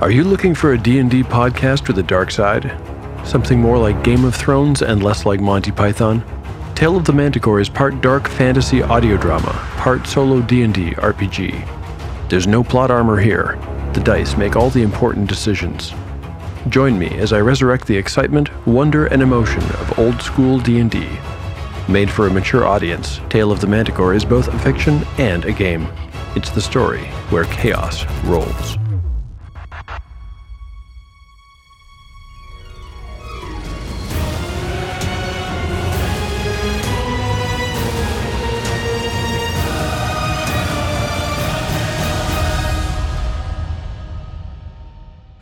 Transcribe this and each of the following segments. Are you looking for a D&D podcast with a dark side? Something more like Game of Thrones and less like Monty Python? Tale of the Manticore is part dark fantasy audio drama, part solo D&D RPG. There's no plot armor here. The dice make all the important decisions. Join me as I resurrect the excitement, wonder, and emotion of old school D&D. Made for a mature audience, Tale of the Manticore is both a fiction and a game. It's the story where chaos rolls.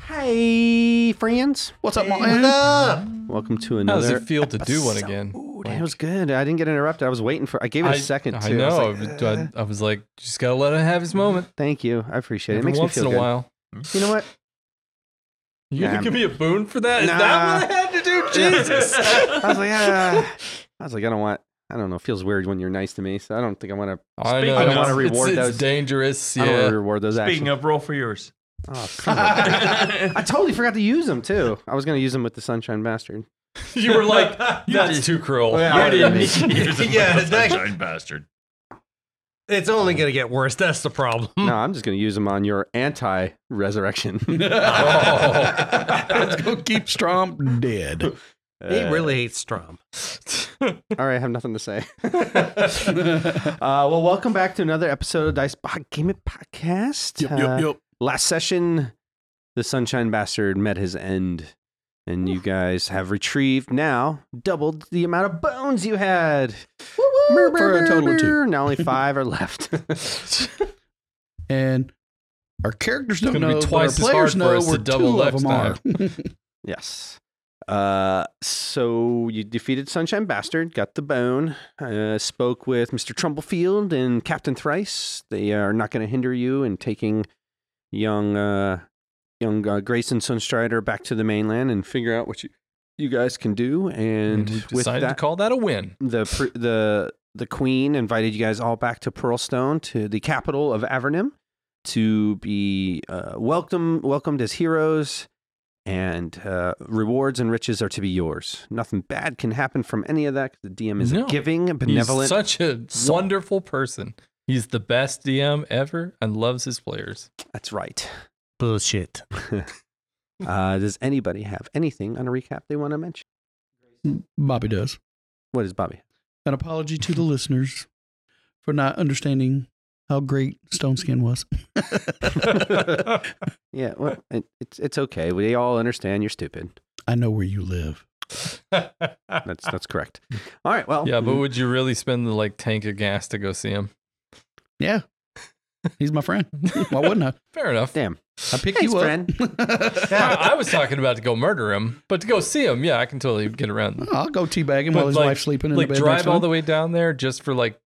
Hey, friends. What's up, Martin? Welcome to How another. does it feel to do one again? Ooh, that was good. I didn't get interrupted. I was waiting for. I gave it a second I too. I was know. I like, uh. was, I- I was like, just gotta let him have his moment. Thank you. I appreciate it. It Every makes me once feel in a good. while. You know what? You gonna Nah. give me a boon for that? Is Nah. that what I had to do? Jesus. I was like, ah. I was like, I don't want. I don't know. It feels weird when you're nice to me, so I don't think I want to. I know. I don't it's- wanna reward it's, those- It's dangerous. I don't want to Yeah. reward those Speaking actions. of, roll for yours. Oh, come on. I totally forgot to use them too. I was gonna use them with the Sunshine Bastard. You were like, that's too cruel. Yeah. You Oh, didn't- Yeah, it's actually- bastard. It's only going to get worse. That's the problem. No, I'm just gonna use them on your anti-resurrection. Oh. Let's go keep Strom dead. he really hates Strom. Uh, All right, I have nothing to say. uh, well, welcome back to another episode of Dice Bo- Game It Podcast. Yup, Uh, yup, yup. Last session, the Sunshine Bastard met his end, and you guys have retrieved now doubled the amount of bones you had. For a total of two. Now only five are left. And our characters don't gonna be know, but twice as our hard players for know us to where double two of them are. next yes. Uh, so you defeated Sunshine Bastard, got the bone, uh, spoke with Mr. Trumblefield and Captain Thrice. They are not going to hinder you in taking young, uh, young uh, Grayson Sunstrider back to the mainland and figure out what you, you guys can do. And, And we with decided to that, call that a win. the pr- the the queen invited you guys all back to Pearlstone to the capital of Avernum to be uh, welcome welcomed as heroes and uh, rewards and riches are to be yours. Nothing bad can happen from any of that. 'cause The DM is No. giving, benevolent. He's such a wonderful person. He's the best DM ever and loves his players. That's right. Bullshit. Uh, does anybody have anything on a recap they want to mention? Bobby does. What is Bobby? An apology to the listeners for not understanding how great Stone Skin was. Uh, Yeah, well, it, it's it's okay. We all understand you're stupid. I know where you live. That's that's correct. All right. Well, Yeah, but would you really spend the like tank of gas to go see him? Yeah. He's my friend. Why wouldn't I? Fair enough. damn. I pick Thanks, you up. friend. I, I was talking about to go murder him, but to go see him, yeah, I can totally get around. that. I'll go teabag him But while his like- wife's sleeping in like the bed. next drive to all him. the way down there just for like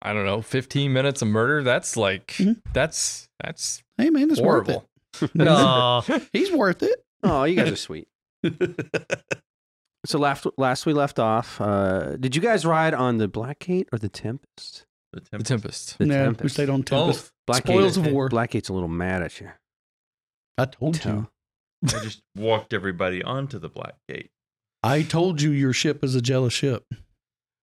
I don't know, fifteen minutes of murder. That's like Mhm. that's that's Hey man, it's horrible. worth it. No. He's worth it. Oh, you guys are sweet. so last last we left off, uh, did you guys ride on the Blackgate or the Tempest? The The temp- Tempest. The no, we Tempest. stayed on Tempest. Both. Spoils of Blackgate- war. Blackgate's a little mad at you. I told you. Tell. I just walked everybody onto the black gate. I told you your ship is a jealous ship.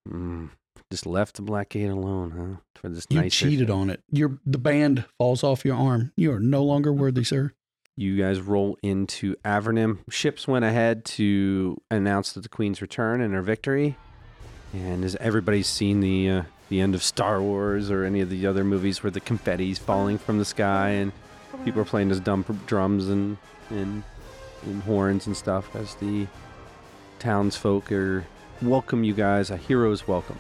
Mm. Just left the Blackgate alone, huh? For this You nice cheated on it. Your the band falls off your arm. You are no longer Mm-hmm. worthy, sir. You guys roll into Avernum. Ships went ahead to announce that the Queen's return and her victory. And has everybody seen the uh, the end of Star Wars or any of the other movies where the confetti's falling from the sky and people are playing those dumb drums and, and and horns and stuff as the townsfolk are welcome you guys a hero's welcome.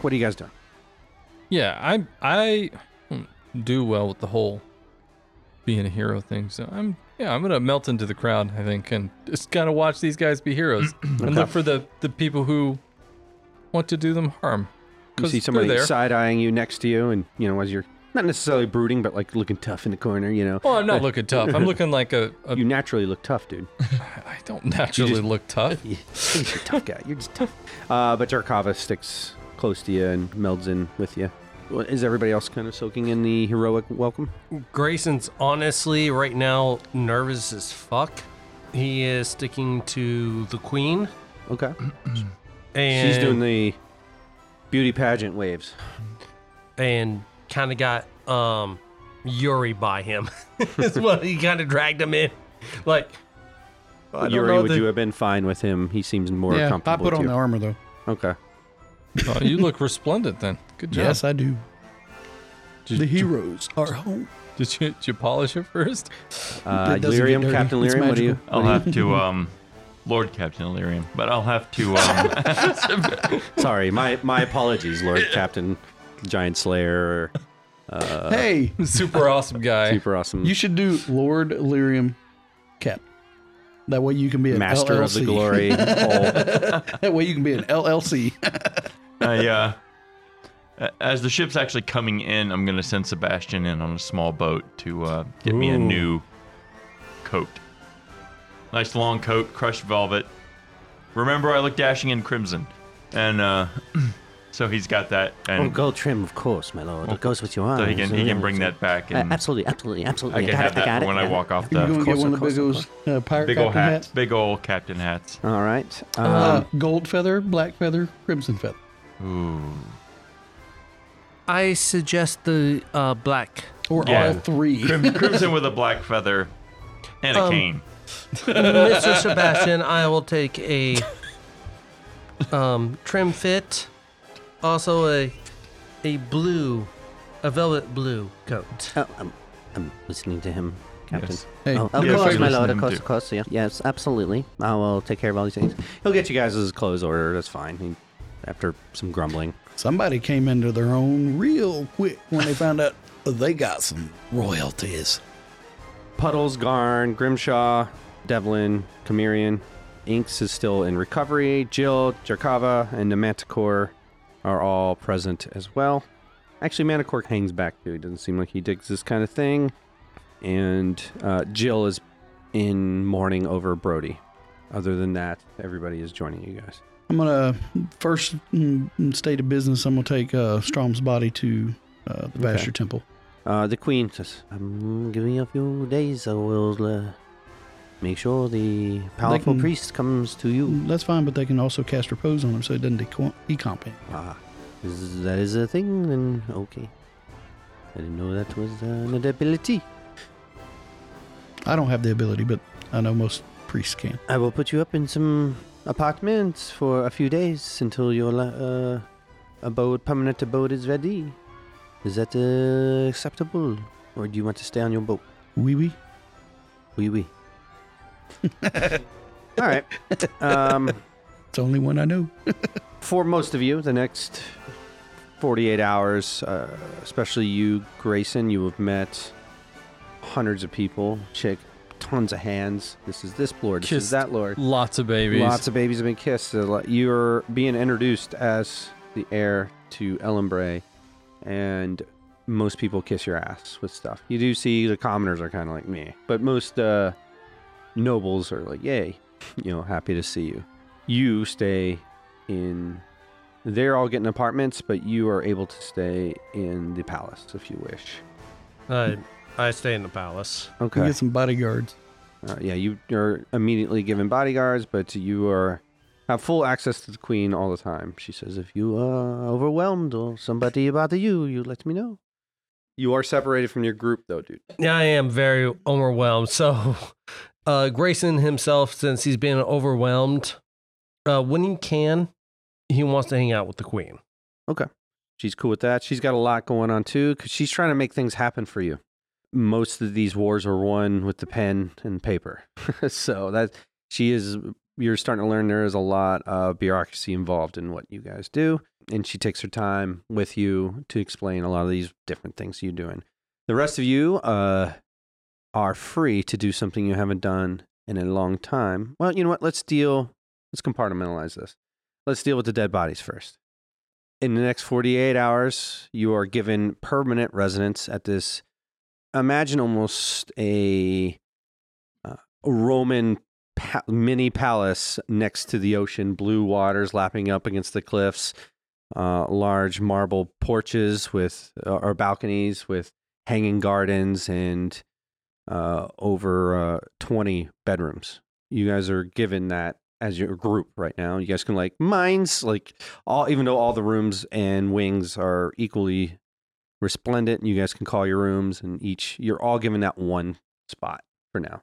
What are you guys doing? Yeah, I I don't do well with the whole being a hero thing. So I'm yeah, I'm gonna melt into the crowd, I think, and just kind of watch these guys be heroes and look for the the people who want to do them harm. You 'Cause see they're somebody there. side eyeing you next to you, and you know as you're not necessarily brooding, but like looking tough in the corner. You know, Well, I'm not looking tough. I'm looking like a. a you naturally look tough, dude. I don't naturally look tough. you're just a tough guy. You're just tough. Uh, but Jarkava sticks close to you and melds in with you. Well, Is everybody else kind of soaking in the heroic welcome? Grayson's honestly right now nervous as fuck. He is sticking to the queen, Okay. and She's doing the beauty pageant waves. and kind of got um Yuri by him. Is what he kind of dragged him in, like. I don't Yuri, know would that- you have been fine with him? He seems more yeah, I comfortable put with on you. the armor though. Okay. Oh, you look resplendent then. Good job. Yes, I do. Did, the did- heroes are home. Did you, did you polish it first? Uh, doesn't get Lyrium, dirty. Captain It's Lyrium, what do you? magical. I'll have to, um, Lord Captain Illyrium, but I'll have to, um, Sorry, my my apologies, Lord Captain Giant Slayer, uh, hey, Super awesome guy. super awesome you should do Lord Illyrium Cap. That way you can be an master LLC. of the glory. all. That way you can be an LLC. I, uh, a- as the ship's actually coming in, I'm going to send Sebastian in on a small boat to uh, get me a new coat. Nice long coat, crushed velvet. Remember, I look dashing in crimson. And uh, so he's got that. Oh, And gold trim, of course, my lord. It goes with your arms. so he can, he can bring that back. Uh, And absolutely, absolutely, absolutely. I can have that when I walk off You're the gonna course, get one of of the big course, old uh, pirate big captain old hats. hats, big old captain hats. All right. Um, Uh, gold feather, black feather, crimson feather. Ooh. I suggest the uh, black. Or Yeah. all three. Crim- crimson with a black feather and a Um, cane. Mr. Sebastian, I will take a um, trim fit, also a a blue, a velvet blue coat. Oh, I'm, I'm listening to him, Captain. Yes. Hey, Oh, of Yes, course, I'm my lord. listening Of course, too. of course. Yeah. Yes, absolutely. I will take care of all these things. He'll get you guys his clothes order. That's fine. He, after some grumbling. somebody came into their own real quick when they found out they got some royalties. Puddles, Garn, Grimshaw, Devlin, Camerian. Inks is still in recovery. Jill, Jarkava, and the Manticore are all present as well. Actually, Manticore hangs back too. He doesn't seem like he digs this kind of thing. And uh, Jill is in mourning over Brody. Other than that, everybody is joining you guys. I'm gonna first mm, state of business. I'm gonna take uh, Strom's body to uh, the Vasher Temple. Uh, the Queen says, Um, give me a few days. I will uh, make sure the powerful can- priest comes to you. That's fine, but they can also cast repose on him, so it doesn't decom- decomp him. Ah, is, that is a thing. Mm, Then okay. I didn't know that was uh, an ability. I don't have the ability, but I know most priests can. I will put you up in some apartments for a few days until your la- uh, abode, permanent abode, is ready. Is that uh, acceptable, or do you want to stay on your boat? Wee wee. Oui, oui. All right. Um, It's the only one I know. for most of you, the next 48 hours, uh, especially you, Grayson, you have met hundreds of people, shake tons of hands. This is this lord, this is Kissed that lord. Lots of babies. Lots of babies have been kissed. A lot- You're being introduced as the heir to Ellenbray, and most people kiss your ass with stuff. You do see the commoners are kind of like me, but most uh, nobles are like, yay, you know, happy to see you. You stay in. They're all getting apartments, but you are able to stay in the palace if you wish. I I stay in the palace. Okay. We get some bodyguards. Uh, yeah, you are immediately given bodyguards, but you are have full access to the queen all the time. She says, "If you are overwhelmed or somebody bother you, you let me know." You are separated from your group, though, dude. Yeah, I am very overwhelmed. So, uh, Grayson himself, since he's been overwhelmed, uh, when he can, he wants to hang out with the queen. She's cool with that. She's got a lot going on too, because she's trying to make things happen for you. Most of these wars are won with the pen and paper, so that she is. uh, You're starting to learn there is a lot of bureaucracy involved in what you guys do, and she takes her time with you to explain a lot of these different things you're doing. The rest of you uh, are free to do something you haven't done in a long time. Well, you know what? Let's deal. Let's compartmentalize this. Let's deal with the dead bodies first in the next 48 hours, you are given permanent residence at this. Imagine almost a uh, Roman pa- mini palace next to the ocean, blue waters lapping up against the cliffs. uh, large marble porches with uh, or balconies with hanging gardens and uh, over uh, 20 bedrooms. You guys are given that as your group right now. You guys can like mines like all even though all the rooms and wings are equally resplendent, you guys can call your rooms and each you're all given that one spot for now.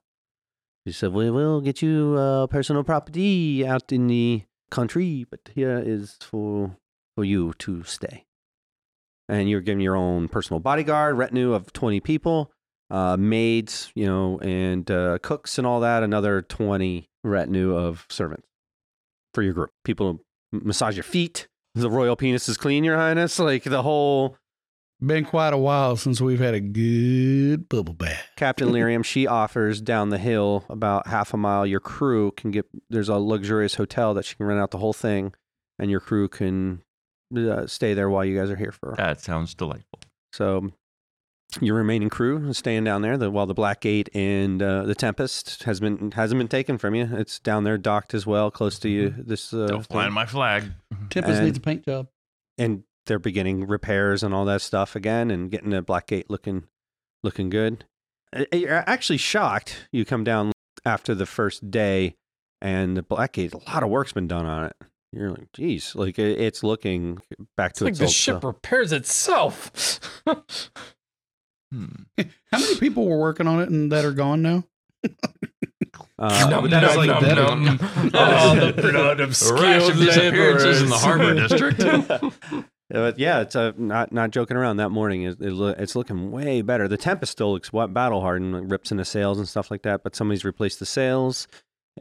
He said, "We will get you uh, personal property out in the country, but here is for for you to stay." And you're given your own personal bodyguard retinue of 20 people, uh, maids, you know, and uh, cooks and all that. Another 20 retinue of servants for your group. People to m- massage your feet. The royal penis is clean, Your Highness. Like the whole Been quite a while since we've had a good bubble bath. Captain Lyrium, she offers down the hill about half a mile. Your crew can get there's a luxurious hotel that she can rent out the whole thing, and your crew can uh, stay there while you guys are here for. That sounds delightful. So your remaining crew is staying down there the, while the Black Gate and uh, the Tempest has been hasn't been taken from you. It's down there docked as well, close to Mm-hmm. you. This uh, thing. Don't fly my flag. Tempest And- needs a paint job. and they're beginning repairs and all that stuff again and getting the black gate looking looking good Uh, you're actually shocked you come down after the first day and the black gate a lot of work's been done on it you're like geez like it- it's looking back It's to like its the old ship self. repairs itself. Hmm. How many people were working on it and that are gone now? Uh, Num, but that's num, like num, that- num. All Oh, the blood of A rash skilled of disappearances in the laborers. harbor district. but yeah it's uh not not joking around that morning is it, loo- it's looking way better the tempest still looks what battle hardened like rips into sails and stuff like that but somebody's replaced the sails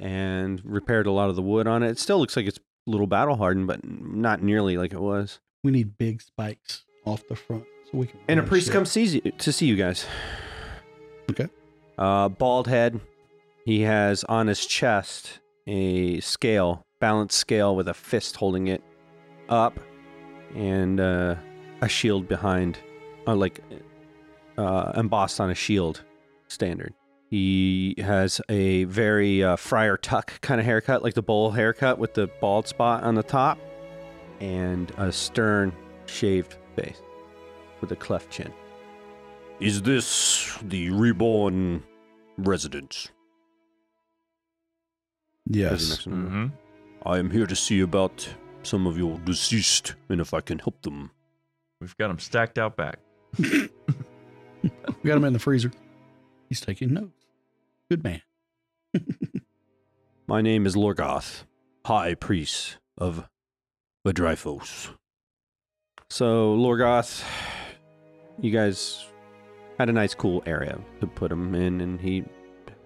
and repaired a lot of the wood on it it still looks like it's a little battle hardened but not nearly like it was We need big spikes off the front so we can. and a run priest Oh, shit. comes sees you, to see you guys Okay. uh bald head he has on his chest a scale balanced scale with a fist holding it up and uh, a shield behind, uh, like uh, embossed on a shield standard. He has a very uh, Friar Tuck kind of haircut, like the bowl haircut with the bald spot on the top, and a stern, shaved face with a cleft chin. Is this the reborn residence? Yes. hmm I am here to see about some of your deceased and if I can help them. We've got them stacked out back. We got him in the freezer. He's taking notes. Good man. My name is Lorgoth, High Priest of Vadryphos. So, Lorgoth, you guys had a nice, cool area to put him in, and he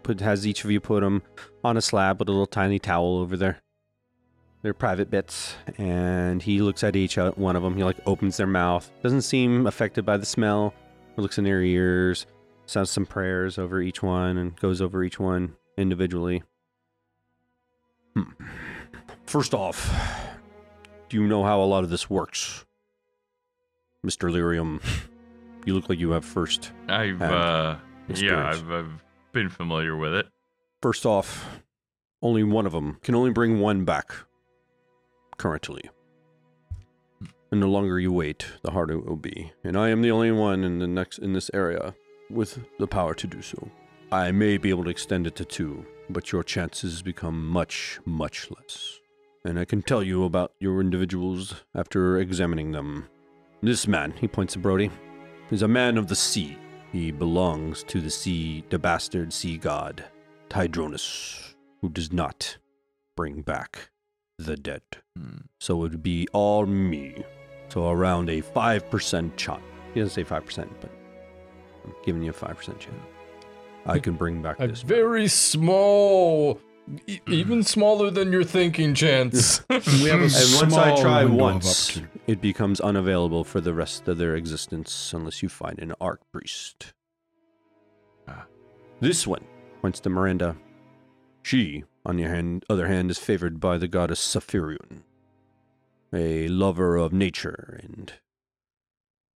put has each of you put him on a slab with a little tiny towel over their their private bits, and he looks at each o- one of them. He like opens their mouth, doesn't seem affected by the smell. Looks in their ears, says some prayers over each one, and goes over each one individually. First off, do you know how a lot of this works? Mr. Lyrium, you look like you have first. I've, Had uh, yeah, experience. I've, I've been familiar with it. First off, only one of them can only bring one back currently. And the longer you wait, the harder it will be. And I am the only one in the next in this area with the power to do so. I may be able to extend it to two, but your chances become much, much less. And I can tell you about your individuals after examining them. This man, he points to Brody, is a man of the sea. He belongs to the sea, the bastard sea god. Tydronus, who does not bring back the dead. Hmm. So it would be all me. So around a 5% shot. He doesn't say 5%, but I'm giving you a 5% chance. I can bring back A this. very small, e- even smaller than you're thinking, Chance. And we have And a once I small try window of once, opportunity. it becomes unavailable for the rest of their existence unless you find an arc priest. Ah. This one points to Miranda. She, on the hand, other hand, is favored by the goddess Saphirion, a lover of nature and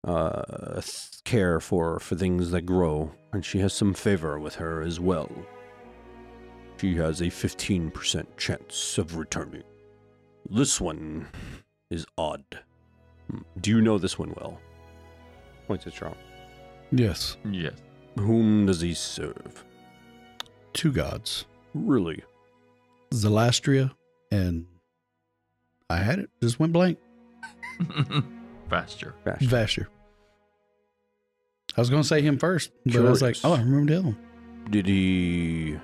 uh, th- care for, for things that grow, and she has some favor with her as well. She has a 15% chance of returning. This one is odd. Hmm, Do you know this one well? Points at Strom. Yes. Yes. Whom does he serve? Two gods, Really? Zelastria, and I had it. Just went blank. Faster. Vash. Vasher. I was going to say him first, but I was like, Curious. oh, I remember the other one. Did he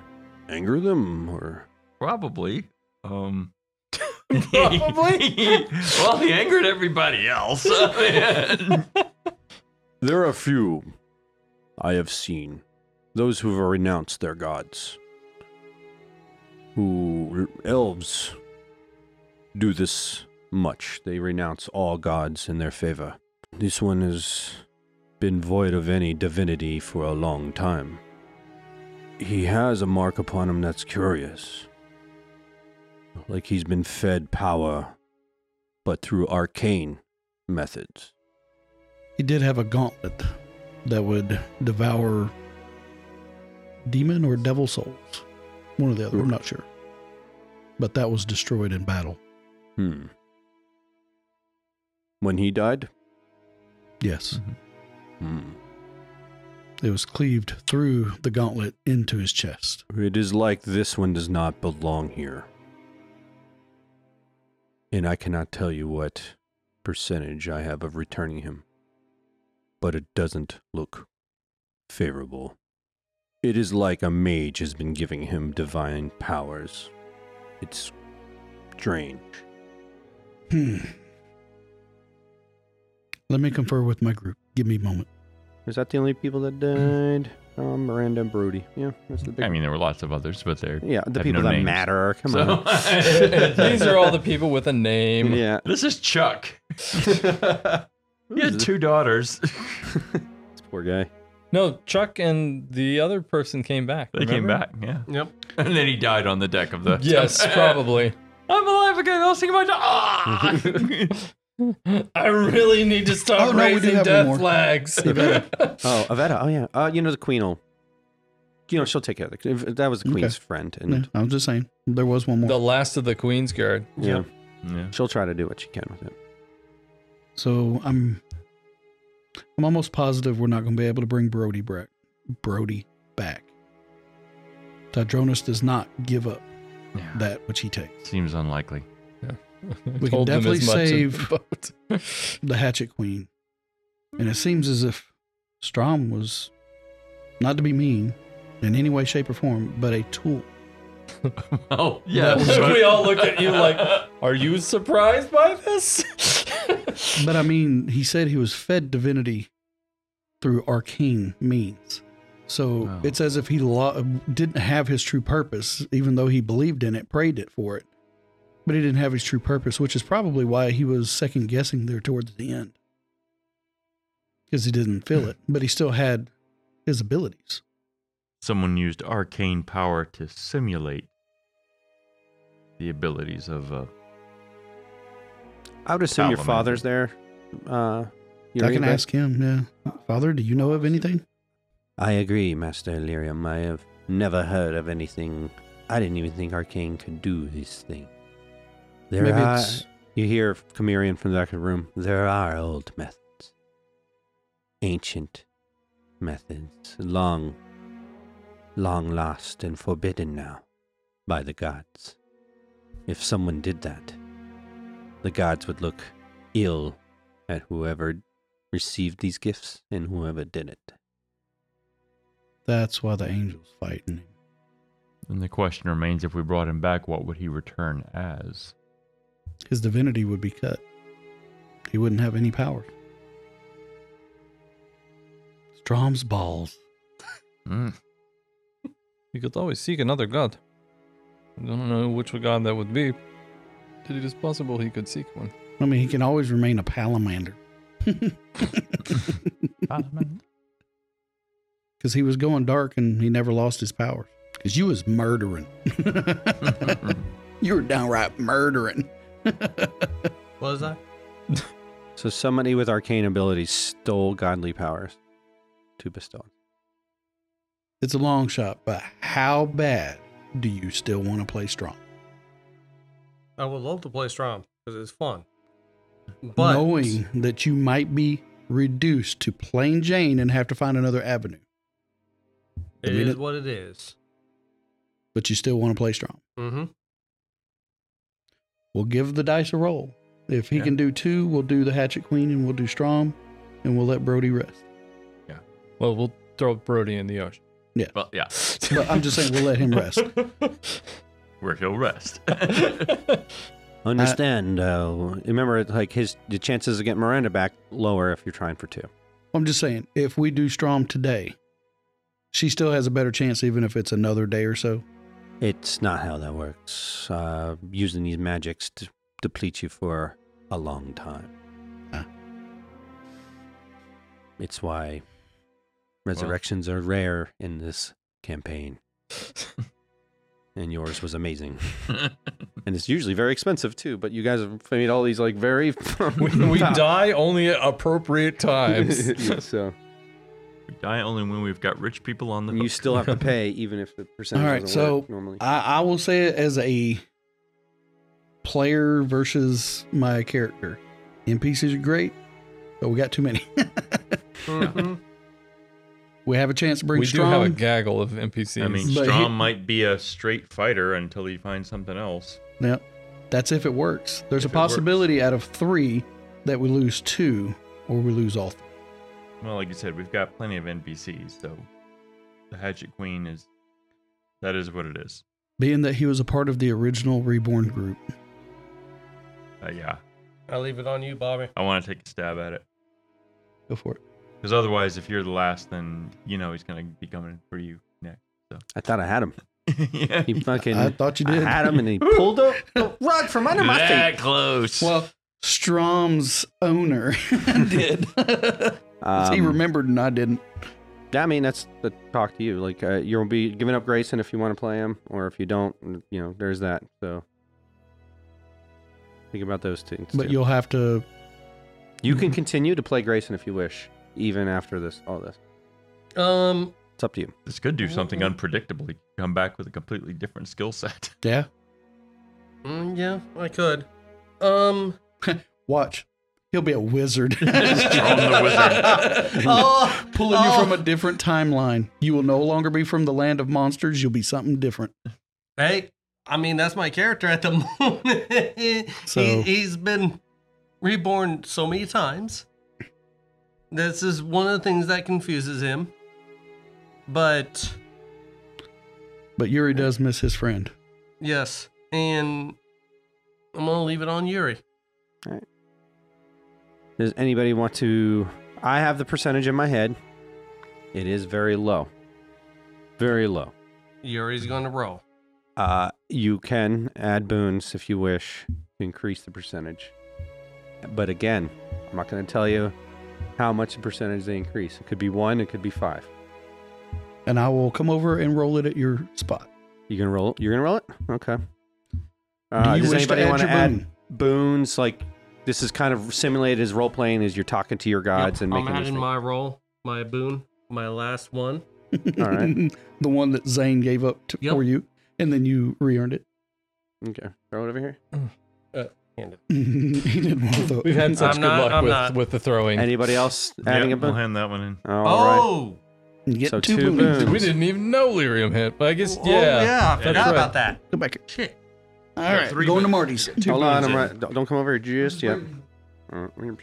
anger them or? Probably. Um. Probably. well, he angered everybody else. There are few I have seen, those who have renounced their gods, who elves do this much. They renounce all gods in their favor. This one has been void of any divinity for a long time. He has a mark upon him that's curious. Like he's been fed power, but through arcane methods. He did have a gauntlet that would devour demon or devil souls. One or the other. I'm not sure. But that was destroyed in battle. Hmm. When he died? Mm-hmm. Yes. Hmm. It was cleaved through the gauntlet into his chest. It is like this one does not belong here. And I cannot tell you what percentage I have of returning him. But it doesn't look favorable. It is like a mage has been giving him divine powers. It's strange. Hmm. Let me confer with my group. Give me a moment. Is that the only people that died? Oh, Um, Miranda and Brody. Yeah, that's the big. Mm. I mean, there were lots of others, but they're yeah, the have people no that names. matter. Come So- on. These are all the people with a name. Yeah. This is Chuck. he had two daughters. This poor guy. No, Chuck and the other person came back. They came remember? back, yeah. Yep. And then he died on the deck of the. Yes, probably. I'm alive again. I was thinking about. Ah! I really need to stop Oh, no, we do raising have one death more. flags. Oh, Aveta. Oh, yeah. Uh, you know, the Queen'll. You know, she'll take care of the. if- That was the Okay. Queen's friend, and Yeah, I'm just saying. There was one more. the last of the Queen's Guard. yeah, yeah. she'll try to do what she can with it. So I'm I'm almost positive we're not going to be able to bring Brody back. Brody back. Tidronis does not give up Yeah. that which he takes. Seems unlikely. We can Told them definitely as much in save- the boat. The Hatchet Queen. And it seems as if Strom was not to be mean in any way, shape, or form, but a tool. Oh, yeah. we all look at you like, are you surprised by this? But I mean, he said he was fed divinity through arcane means. So Wow. it's as if he lo- didn't have his true purpose, even though he believed in it, prayed it for it. But he didn't have his true purpose, which is probably why he was second guessing there towards the end. Because he didn't feel it, but he still had his abilities. Someone used arcane power to simulate the abilities of. Uh, I would assume your Compliment. father's there. Uh, you're I can right? ask him, yeah. Father, do you know of anything? I agree, Master Illyrium. I have never heard of anything. I didn't even think Arcane could do this thing. There Maybe are. it's- You hear Chimerian from the back of the room. There are old methods, ancient methods, long, long lost and forbidden now by the gods. If someone did that, the gods would look ill at whoever received these gifts and whoever did it. That's why the angel's fighting him. and the question remains if we brought him back, what would he return as? His divinity would be cut, he wouldn't have any powers. Strom's balls. Mm. You could always seek another god. I don't know which god that would be. but It is possible he could seek one. I mean, he can always remain a palamander because he was going dark and he never lost his powers. Because you was murdering. you were downright murdering. What is that? So somebody with arcane abilities stole godly powers to bestow. It's a long shot, but how bad do you still want to play strong? I would love to play Strom because it's fun. But knowing that you might be reduced to plain Jane and have to find another avenue, it I mean, is it- what it is. but you still want to play strong. Mm-hmm. We'll give the dice a roll. If he Yeah. can do two, we'll do the Hatchet Queen and we'll do Strom and we'll let Brody rest. Well, we'll throw Brody in the ocean. Well, yeah, But I'm just saying we'll let him rest. where he'll rest. Understand? Uh, remember, like his the chances of getting Miranda back lower if you're trying for two. I'm just saying if we do Strom today, she still has a better chance, even if it's another day or so. It's not how that works. Uh, using these magics d deplete you for a long time. Ah. It's why resurrections are rare in this campaign. and yours was amazing. and it's usually very expensive too, but you guys have made all these like very. We, we die only at appropriate times. Yeah, so we die only when we've got rich people on the you hook. still have to pay even if the percentage All right, doesn't work so normally. I, I will say it as a player versus my character. NPCs are great, but we got too many. we have a chance to bring Mm-hmm. we do Strom. have a gaggle of NPCs. I mean, But he- Strom might be a straight fighter until he finds something else. No, that's if it works. There's If a it works. possibility out of three that we lose two or we lose all three. Well, like you said, we've got plenty of NPCs, so the Hatchet Queen is that is what it is. Being that he was a part of the original Reborn group. Uh, yeah, I leave it on you, Bobby. I want to take a stab at it Go for it. because otherwise, if you're the last, then you know he's gonna be coming for you next. I thought I had him. yeah, He fucking. I thought you did. I had him and he pulled up the rug from under my feet. close. Well, Strom's owner did. he Um, remembered and I didn't. I mean, that's the talk to you. Like, uh, you'll be giving up Grayson if you want to play him, or if you don't, n- you know, there's that. So, think about those things. But too. you'll have to. you can continue to play Grayson if you wish, even after this, all this. Um, It's up to you. this could do something unpredictable. He could come back with a completely different skill set. Yeah. mm, yeah, I could. Um, Watch. He'll be a wizard. Strom the wizard. oh, Pulling you Oh. from a different timeline. You will no longer be from the land of monsters. You'll be something different. hey, I mean that's my character at the moment. So- he, he's been reborn so many times. This is one of the things that confuses him. But But Yuri does miss his friend. yes, and I'm gonna leave it on Yuri. Does anybody want to? I have the percentage in my head. It is very low. Very low. Yuri's gonna roll. Uh, you can add boons if you wish to increase the percentage. But again, I'm not going to tell you how much the percentage they increase. It could be one, it could be five. And I will come over and roll it at your spot. You can roll. You're gonna roll it. Okay. Do Uh, you does wish to anybody add want to your add boon? boons? Like this is kind of simulated as role playing as you're talking to your gods Yep, and I'm making these adding things. my roll, my boon, my last one. All right. the one that Zane gave up to, Yep. for you, and then you re-earned it. Okay. Throw it over here. he did one of those. We've had such I'm good not- luck I'm with, not. with the throwing. Anybody else adding yeah, a we'll boon? hand that one in. All right. oh, Get So two, two boons. boons. we didn't even know Lyrium hit, but I guess oh, yeah. yeah, I forgot right. about that. Go back here. Shit. All Yeah, right, three going to boons. Marty's. Two Hold on. boons I'm in. right. Don't don't come over here just yet. Uh, we're-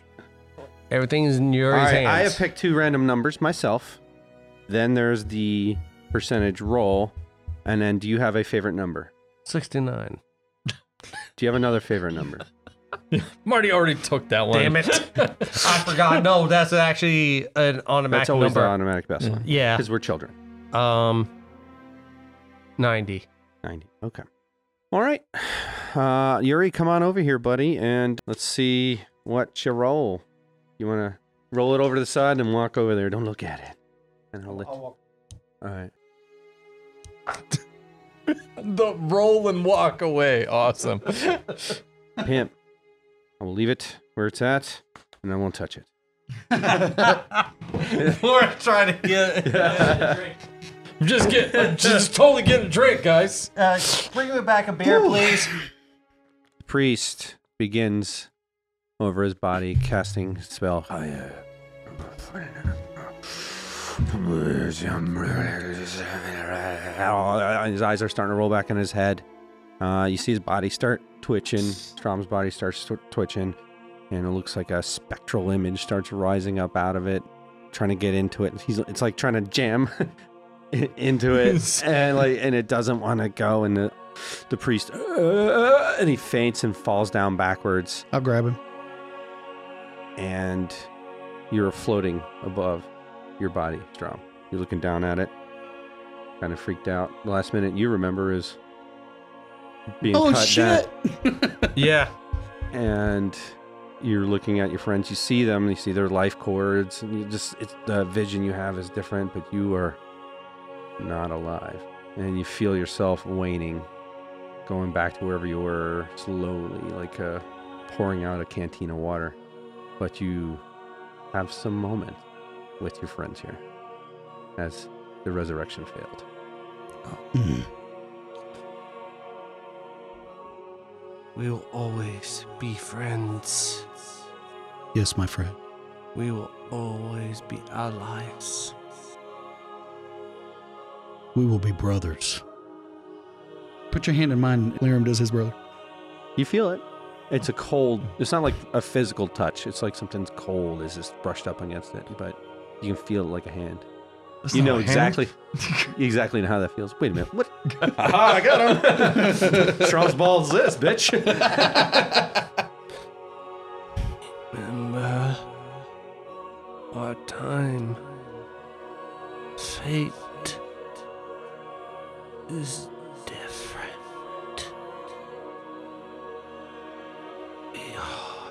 Everything's in All Yuri's right. hands. I have picked two random numbers myself. Then there's the percentage roll, and then do you have a favorite number? 69. Do you have another favorite number? Marty already took that one. Damn it. I forgot. No, that's actually an automatic That's always number. the automatic best Yeah. one yeah. because we're children. Um 90. 90. Okay. All right. Uh, Yuri, come on over here, buddy, and let's see what you roll. You want to roll it over to the side and walk over there. Don't look at it. And I'll let you. All right. The roll and walk away. Awesome. Pimp. I will leave it where it's at, and I won't touch it. We're trying to get I'm just get I'm just totally getting a drink, guys. uh, bring me back a beer, please. The priest begins over his body, casting spell. His eyes are starting to roll back in his head. Uh, you see his body start twitching. Strom's body starts tw- twitching, and it looks like a spectral image starts rising up out of it, trying to get into it. He's it's like trying to jam i- into it, and like and it doesn't want to go. And the the priest "Uh," and he faints and falls down backwards, I'll grab him. and you're floating above your body, Strom. You're looking down at it, kind of freaked out. The last minute you remember is being Oh cut down. shit! Yeah. and you're looking at your friends. You see them, you see their life cords, and you just it's the vision you have is different, but you are not alive. And you feel yourself waning, going back to wherever you were slowly, like uh, pouring out a canteen of water. But you have some moment with your friends here as the resurrection failed. We will always be friends. Yes, my friend. We will always be allies. We will be brothers. Put your hand in mine. Laram does his brother. You feel it. It's a cold. It's not like a physical touch. It's like something's cold is just brushed up against it, but you can feel it like a hand. That's you not know a hand. exactly, exactly how that feels. Wait a minute. What? Aha, I got him. Trump's balls this bitch. Remember our time. Fate is different. We are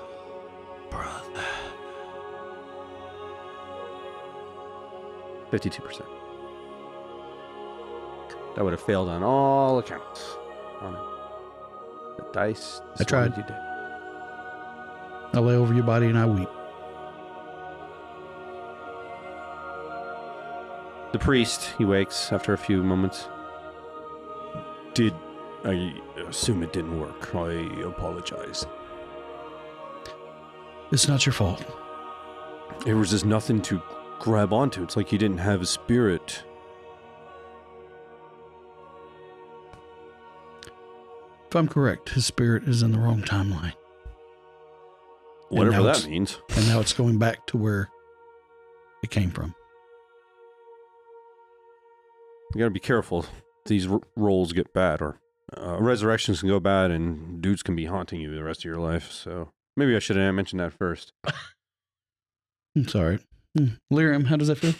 brother. Fifty-two percent. That would have failed on all accounts. On the dice. I tried. You did. I lay over your body and I weep. The priest, he wakes after a few moments. Did I assume it didn't work? I apologize. It's not your fault. There was just nothing to grab onto. It's like he didn't have a spirit. If I'm correct, his spirit is in the wrong timeline, And Whatever now that it's- means. and now it's going back to where it came from. You gotta be careful. These r- roles get bad, or uh, resurrections can go bad, and dudes can be haunting you the rest of your life. So maybe I should have mentioned that first. It's all right. Hmm. Lyrium, how does that feel?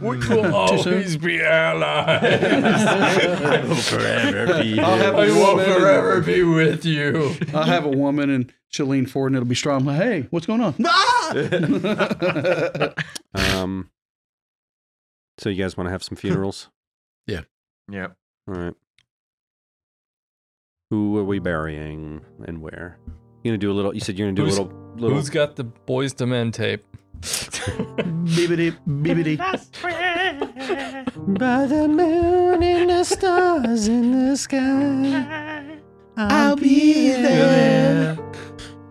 We will Too soon? always be allies. I will forever be I'll have I a will woman and- forever be with you. I'll have a woman and she'll lean forward and it'll be strong. Like, hey, what's going on? Ah! Um, so you guys want to have some funerals? Yep. All right. Who are we burying and where? You gonna do a little? You said you're gonna do Who's- a little. little Who's got the boys to men tape? Bibbidi, bibbidi. By the moon and the stars in the sky, I'll be there.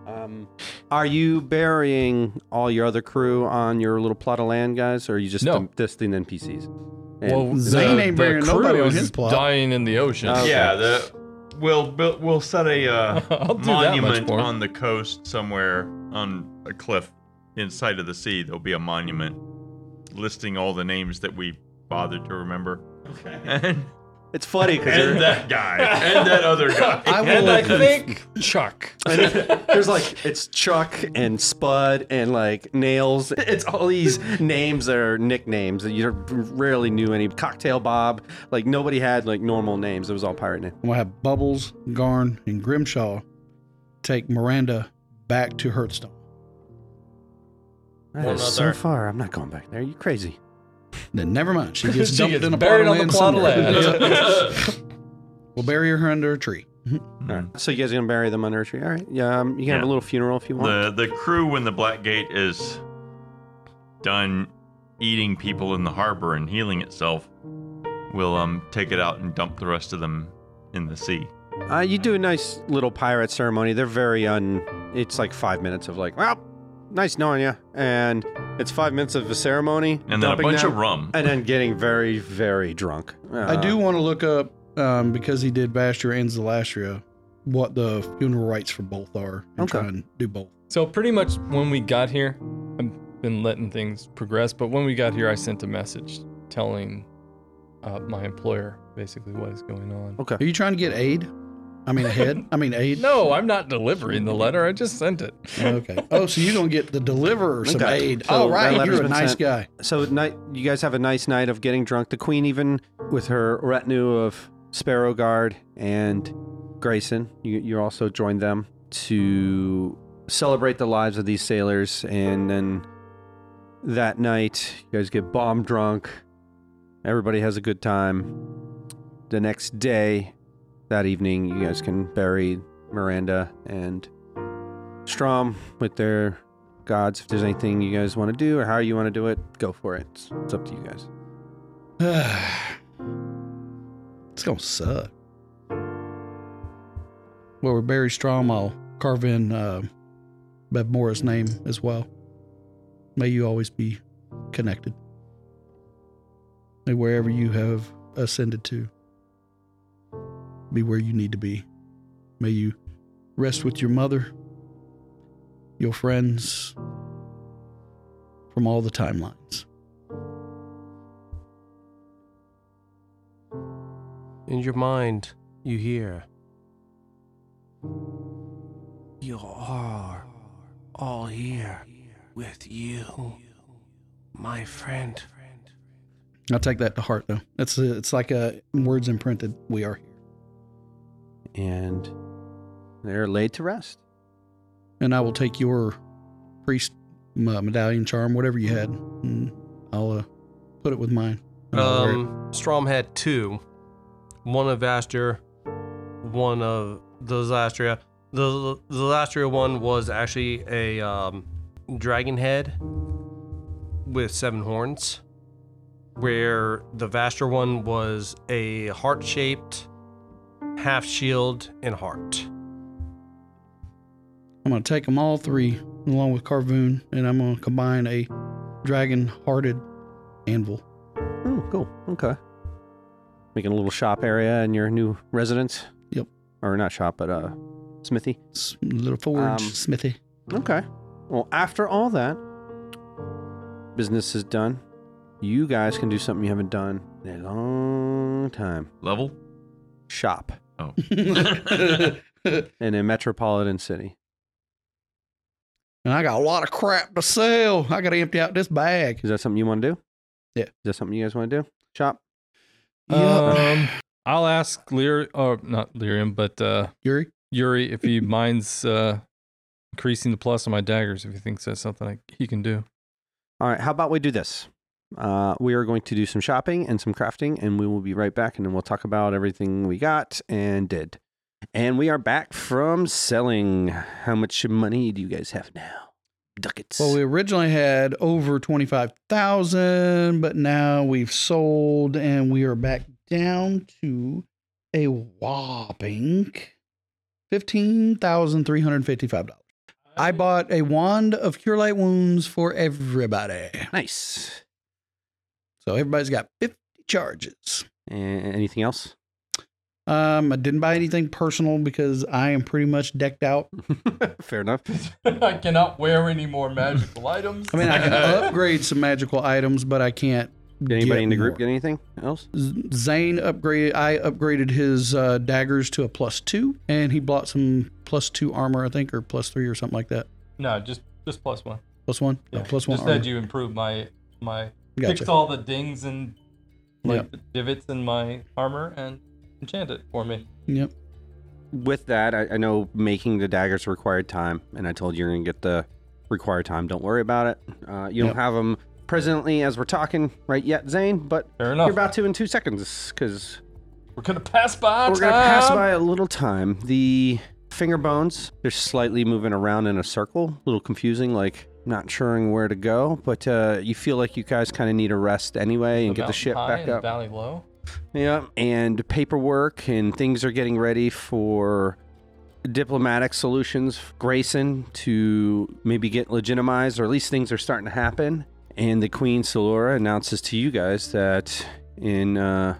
Um, are you burying all your other crew on your little plot of land, guys, or are you just No. um, just the NPCs? And- Well, Zane the, ain't the burying nobody crew on is his plot. Oh, dying in the ocean. Okay. Yeah. The, we'll build, we'll set a uh, I'll do that much monument for him. on the coast somewhere on a cliff in sight of the sea. There'll be a monument listing all the names that we bothered to remember. Okay. And, it's funny and because that guy and that other guy. I and will- I think Chuck. there's like it's Chuck and Spud and like Nails. It's all these names that are nicknames that you rarely knew any. Cocktail Bob, like nobody had like normal names. It was all pirate name. I'm gonna have Bubbles, Garn, and Grimshaw take Miranda back to Hearthstone. That Well, is not so there. far. I'm not going back there. You crazy? Then never mind. She gets She dumped gets in a buried plot on the of land plot of somewhere. land. we'll bury her under a tree. All right. So you guys are gonna bury them under a tree. All right. Yeah. Um, you can have Yeah. a little funeral if you want. The the crew when the Black Gate is done eating people in the harbor and healing itself will um take it out and dump the rest of them in the sea. Uh, you do a nice little pirate ceremony. They're very un. It's like five minutes of like, well, nice knowing you, and it's five minutes of a ceremony, And then a dumping bunch them, of rum. and then getting very, very drunk. I do Uh, want to look up um, because he did Bastia and Zelastria, what the funeral rites for both are, and Okay. try and do both. So pretty much when we got here, I've been letting things progress. But when we got here, I sent a message telling uh, my employer basically what is going on. Uh, Are you trying to get aid? I mean, ahead. I mean, aid. No, I'm not delivering the letter. I just sent it. Okay. Oh, so you're gonna get the deliverer some Okay. aid. So All that right, letter's you're a been nice sent. guy. So night, you guys have a nice night of getting drunk. The queen, even with her retinue of Sparrow Guard and Grayson, you, you also joined them to celebrate the lives of these sailors. And then that night, you guys get bomb drunk. Everybody has a good time. The next day, that evening, you guys can bury Miranda and Strom with their gods if there's anything you guys want to do or how you want to do it go for it it's, it's up to you guys it's gonna suck. Well, with Barry Strom, I'll carve in uh, Bev Mora's name as well. May you always be connected, and wherever you have ascended to, be where you need to be. May you rest with your mother, your friends, from all the timelines. In your mind, you hear. You are all here with you, my friend. I'll take that to heart, though. That's a, it's like a words imprinted. We are here, and they're laid to rest and I will take your priest uh, medallion charm, whatever you had. And I'll uh, put it with mine. And I'll wear it. Um, Strom had two, one of Astor, one of the Zelastria. The the Zelastria one was actually a um, dragon head with seven horns, where the Vaster one was a heart shaped half shield and heart. I'm gonna take them all three along with Carvoon, and I'm gonna combine a dragon-hearted anvil. oh cool okay making a little shop area in your new residence Yep. or not shop but uh smithy It's a little forge Um, smithy. Okay. Well, after all that, business is done. You guys can do something you haven't done in a long time. Level? Shop Oh. and in a metropolitan city. I got a lot of crap to sell. I gotta empty out this bag. Is that something you want to do? Yeah. Is that something you guys want to do? Shop. Um, I'll ask Lear, or not Lyrium, but uh, Yuri, Yuri if he minds uh, increasing the plus on my daggers if he thinks that's something I, he can do. All right. How about we do this? Uh, we are going to do some shopping and some crafting, and we will be right back, and then we'll talk about everything we got and did. And we are back from selling. How much money do you guys have now? Ducats. Well, we originally had over 25,000, but now we've sold and we are back down to a whopping $15,355. I bought a wand of cure light wounds for everybody. nice. So everybody's got 50 charges. A- anything else? Um, I didn't buy anything personal because I am pretty much decked out. Fair enough. I cannot wear any more magical items. I mean, I can upgrade some magical items, but I can't. Did anybody get in the group more. get anything else? Z- Zane upgraded. I upgraded his uh, daggers to a plus two, and he bought some plus two armor, I think, or plus three or something like that. no, just just plus one. Plus one, Oh, plus one Just armor. that you improve my my fixed gotcha. all the dings and like divots in my armor and enchant it for me. Yep. With that, I, I know making the daggers required time, and I told you you're going to get the required time. Don't worry about it. Uh, you Yep. don't have them presently as we're talking right yet, Zane, but Fair you're enough. about to in two seconds because We're gonna pass by. we're going to pass time. by a little time. The finger bones, they're slightly moving around in a circle, a little confusing, like not sure where to go, but uh, you feel like you guys kind of need a rest anyway and get The the mountain ship high back and up. Valley low. Yeah, and paperwork and things are getting ready for diplomatic solutions, Grayson, to maybe get legitimized, or at least things are starting to happen. And the Queen Solora announces to you guys that in uh,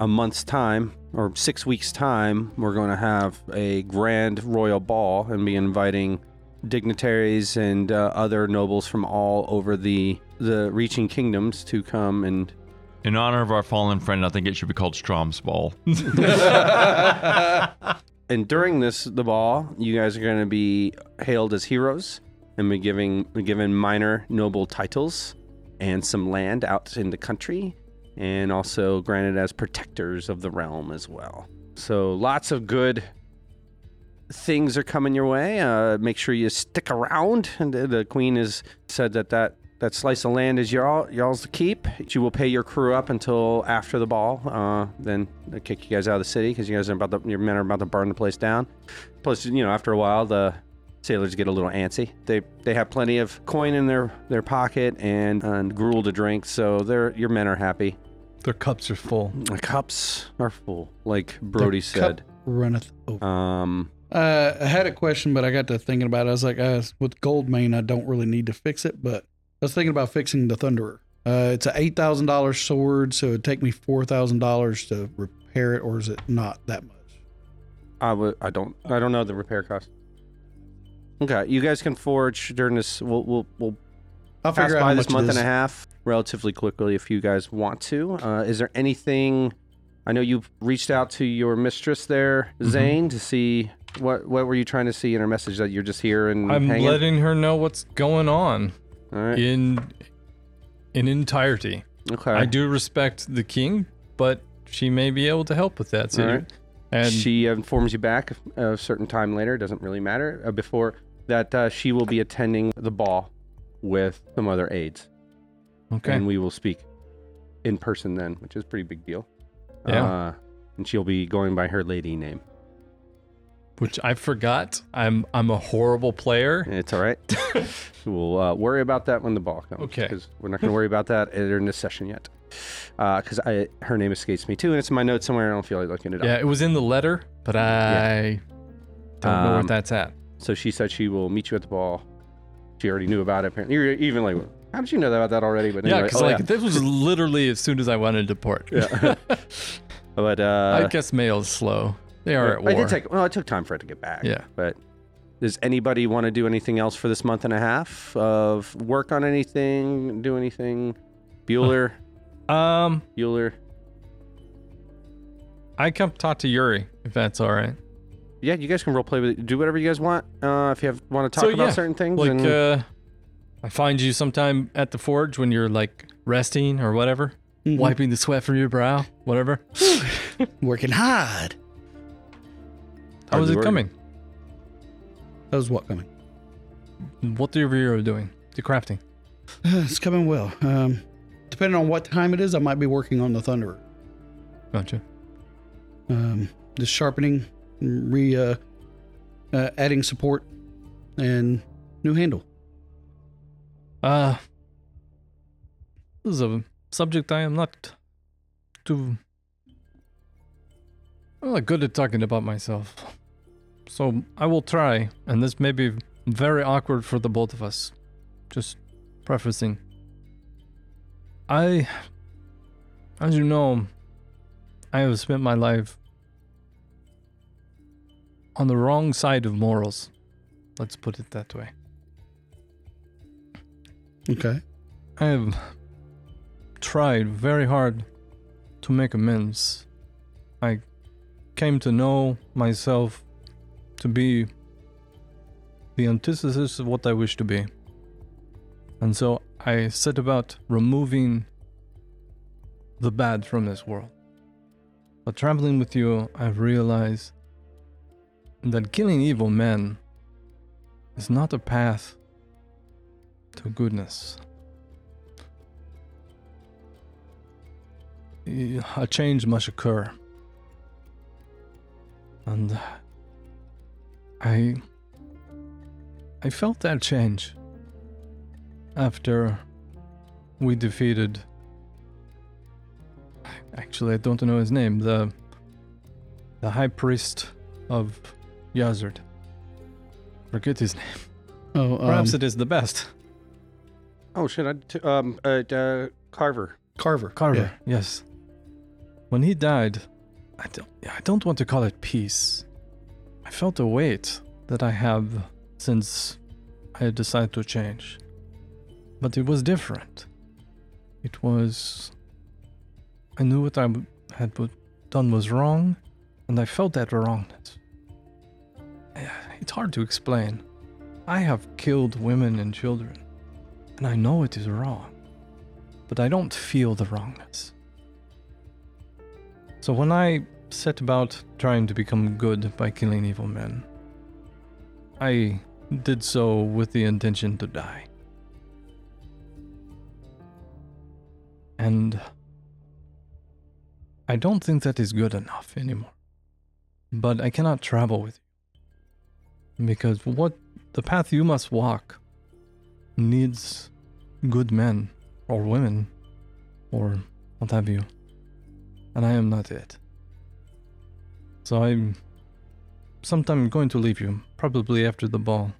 a month's time or six weeks' time, we're going to have a grand royal ball and be inviting dignitaries and uh, other nobles from all over the the reaching kingdoms to come and In honor of our fallen friend, I think it should be called Strom's Ball. and during this the ball you guys are going to be hailed as heroes and be giving be given minor noble titles and some land out in the country and also granted as protectors of the realm as well so lots of good things are coming your way uh, make sure you stick around and the, the queen has said that that that slice of land is y'all y'all's to keep. She will pay your crew up until after the ball. Uh, then they kick you guys out of the city because you guys are about to, your men are about to burn the place down. Plus, you know, after a while, the sailors get a little antsy. They they have plenty of coin in their their pocket and, and gruel to drink, so they're your men are happy. Their cups are full. The cups are full, like Brody The cup said. runneth over. Um, Uh, I had a question, but I got to thinking about it. I was like, uh, with Goldmane, I don't really need to fix it, but I was thinking about fixing the Thunderer. Uh, it's an eight thousand dollars sword, so it'd take me four thousand dollars to repair it, or is it not that much? I would. I don't. I don't know the repair cost. Okay, you guys can forge during this. We'll we'll we'll I'll pass figure out by how this much month it and is. a half relatively quickly if you guys want to. Uh, is there anything? I know you've reached out to your mistress there, Mm-hmm. Zane, to see what what were you trying to see in her message that you're just here and I'm hanging. letting her know what's going on All right. in in entirety. okay. I do respect the king, but she may be able to help with that too. All right. And she informs you back a certain time later. Doesn't really matter. Uh, before that, uh, she will be attending the ball with some other aides, okay, and we will speak in person then, which is a pretty big deal. Yeah. Uh, and she'll be going by her lady name. which I forgot. I'm I'm a horrible player. It's all right. we'll uh, worry about that when the ball comes. Okay. Because we're not going to worry about that during this session yet. Because I her name escapes me too, and it's in my notes somewhere. I don't feel like looking it Yeah, up. it was in the letter, but I don't know where Um, that's at. So she said she will meet you at the ball. She already knew about it. Apparently, you're even like, how did you know about that already? But Yeah, anyway, because oh, like this was literally as soon as I wanted to depart. but I uh, guess mail's slow. They are at war. I did take. Well, it took time for it to get back. Yeah. But does anybody want to do anything else for this month and a half of work on anything? Do anything? Bueller, Um, Bueller. I come talk to Yuri if that's all right. yeah, you guys can role play with it. Do whatever you guys want. Uh, if you have, want to talk So, about yeah, certain things, Like, and- uh, I find you sometime at the forge when you're like resting or whatever, Mm-hmm. Mhm. wiping the sweat from your brow, whatever. Working hard. How is Hardly it work. coming? That was what coming. What are you doing? The crafting. it's coming well. Um, depending on what time it is, I might be working on the Thunderer. Gotcha. um, just sharpening, re uh, uh, adding support, and new handle. Uh, this is a subject I am not too I'm not good at talking about myself. So I will try, and this may be very awkward for the both of us. Just prefacing. I, as you know, I have spent my life on the wrong side of morals. Let's put it that way. Okay. I have tried very hard to make amends. I came to know myself to be the antithesis of what I wish to be. And so I set about removing the bad from this world. But traveling with you, I've realized that killing evil men is not a path to goodness. a change must occur. And I I felt that change after we defeated Actually, I don't know his name. The the high priest of Yazard. Forget his name. Oh, um, Perhaps it is the best. Oh shit! I t- um uh, d- uh Carver. Carver. Carver. Yes. When he died, I don't. yeah, I don't want to call it peace. I felt a weight that I have since I had decided to change, but it was different. It was. I knew what I w- had w- done was wrong, and I felt that wrongness. Yeah, It's hard to explain. I have killed women and children, and I know it is wrong but I don't feel the wrongness. So when I set about trying to become good by killing evil men, I did so with the intention to die. And I don't think that is good enough anymore. But I cannot travel with you. Because what the path you must walk needs good men or women, or what have you. And I am not it. So I'm sometime going to leave you, probably after the ball.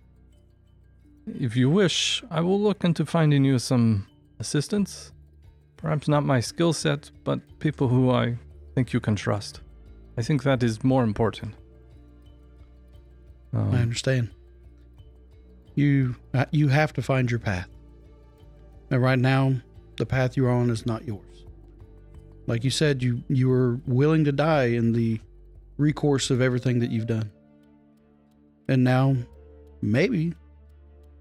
If you wish, I will look into finding you some assistance. Perhaps not my skill set, but people who I think you can trust. I think that is more important. Um, I understand. You uh, you have to find your path. And right now, the path you're on is not yours. Like you said, you you were willing to die in the recourse of everything that you've done. And now, maybe,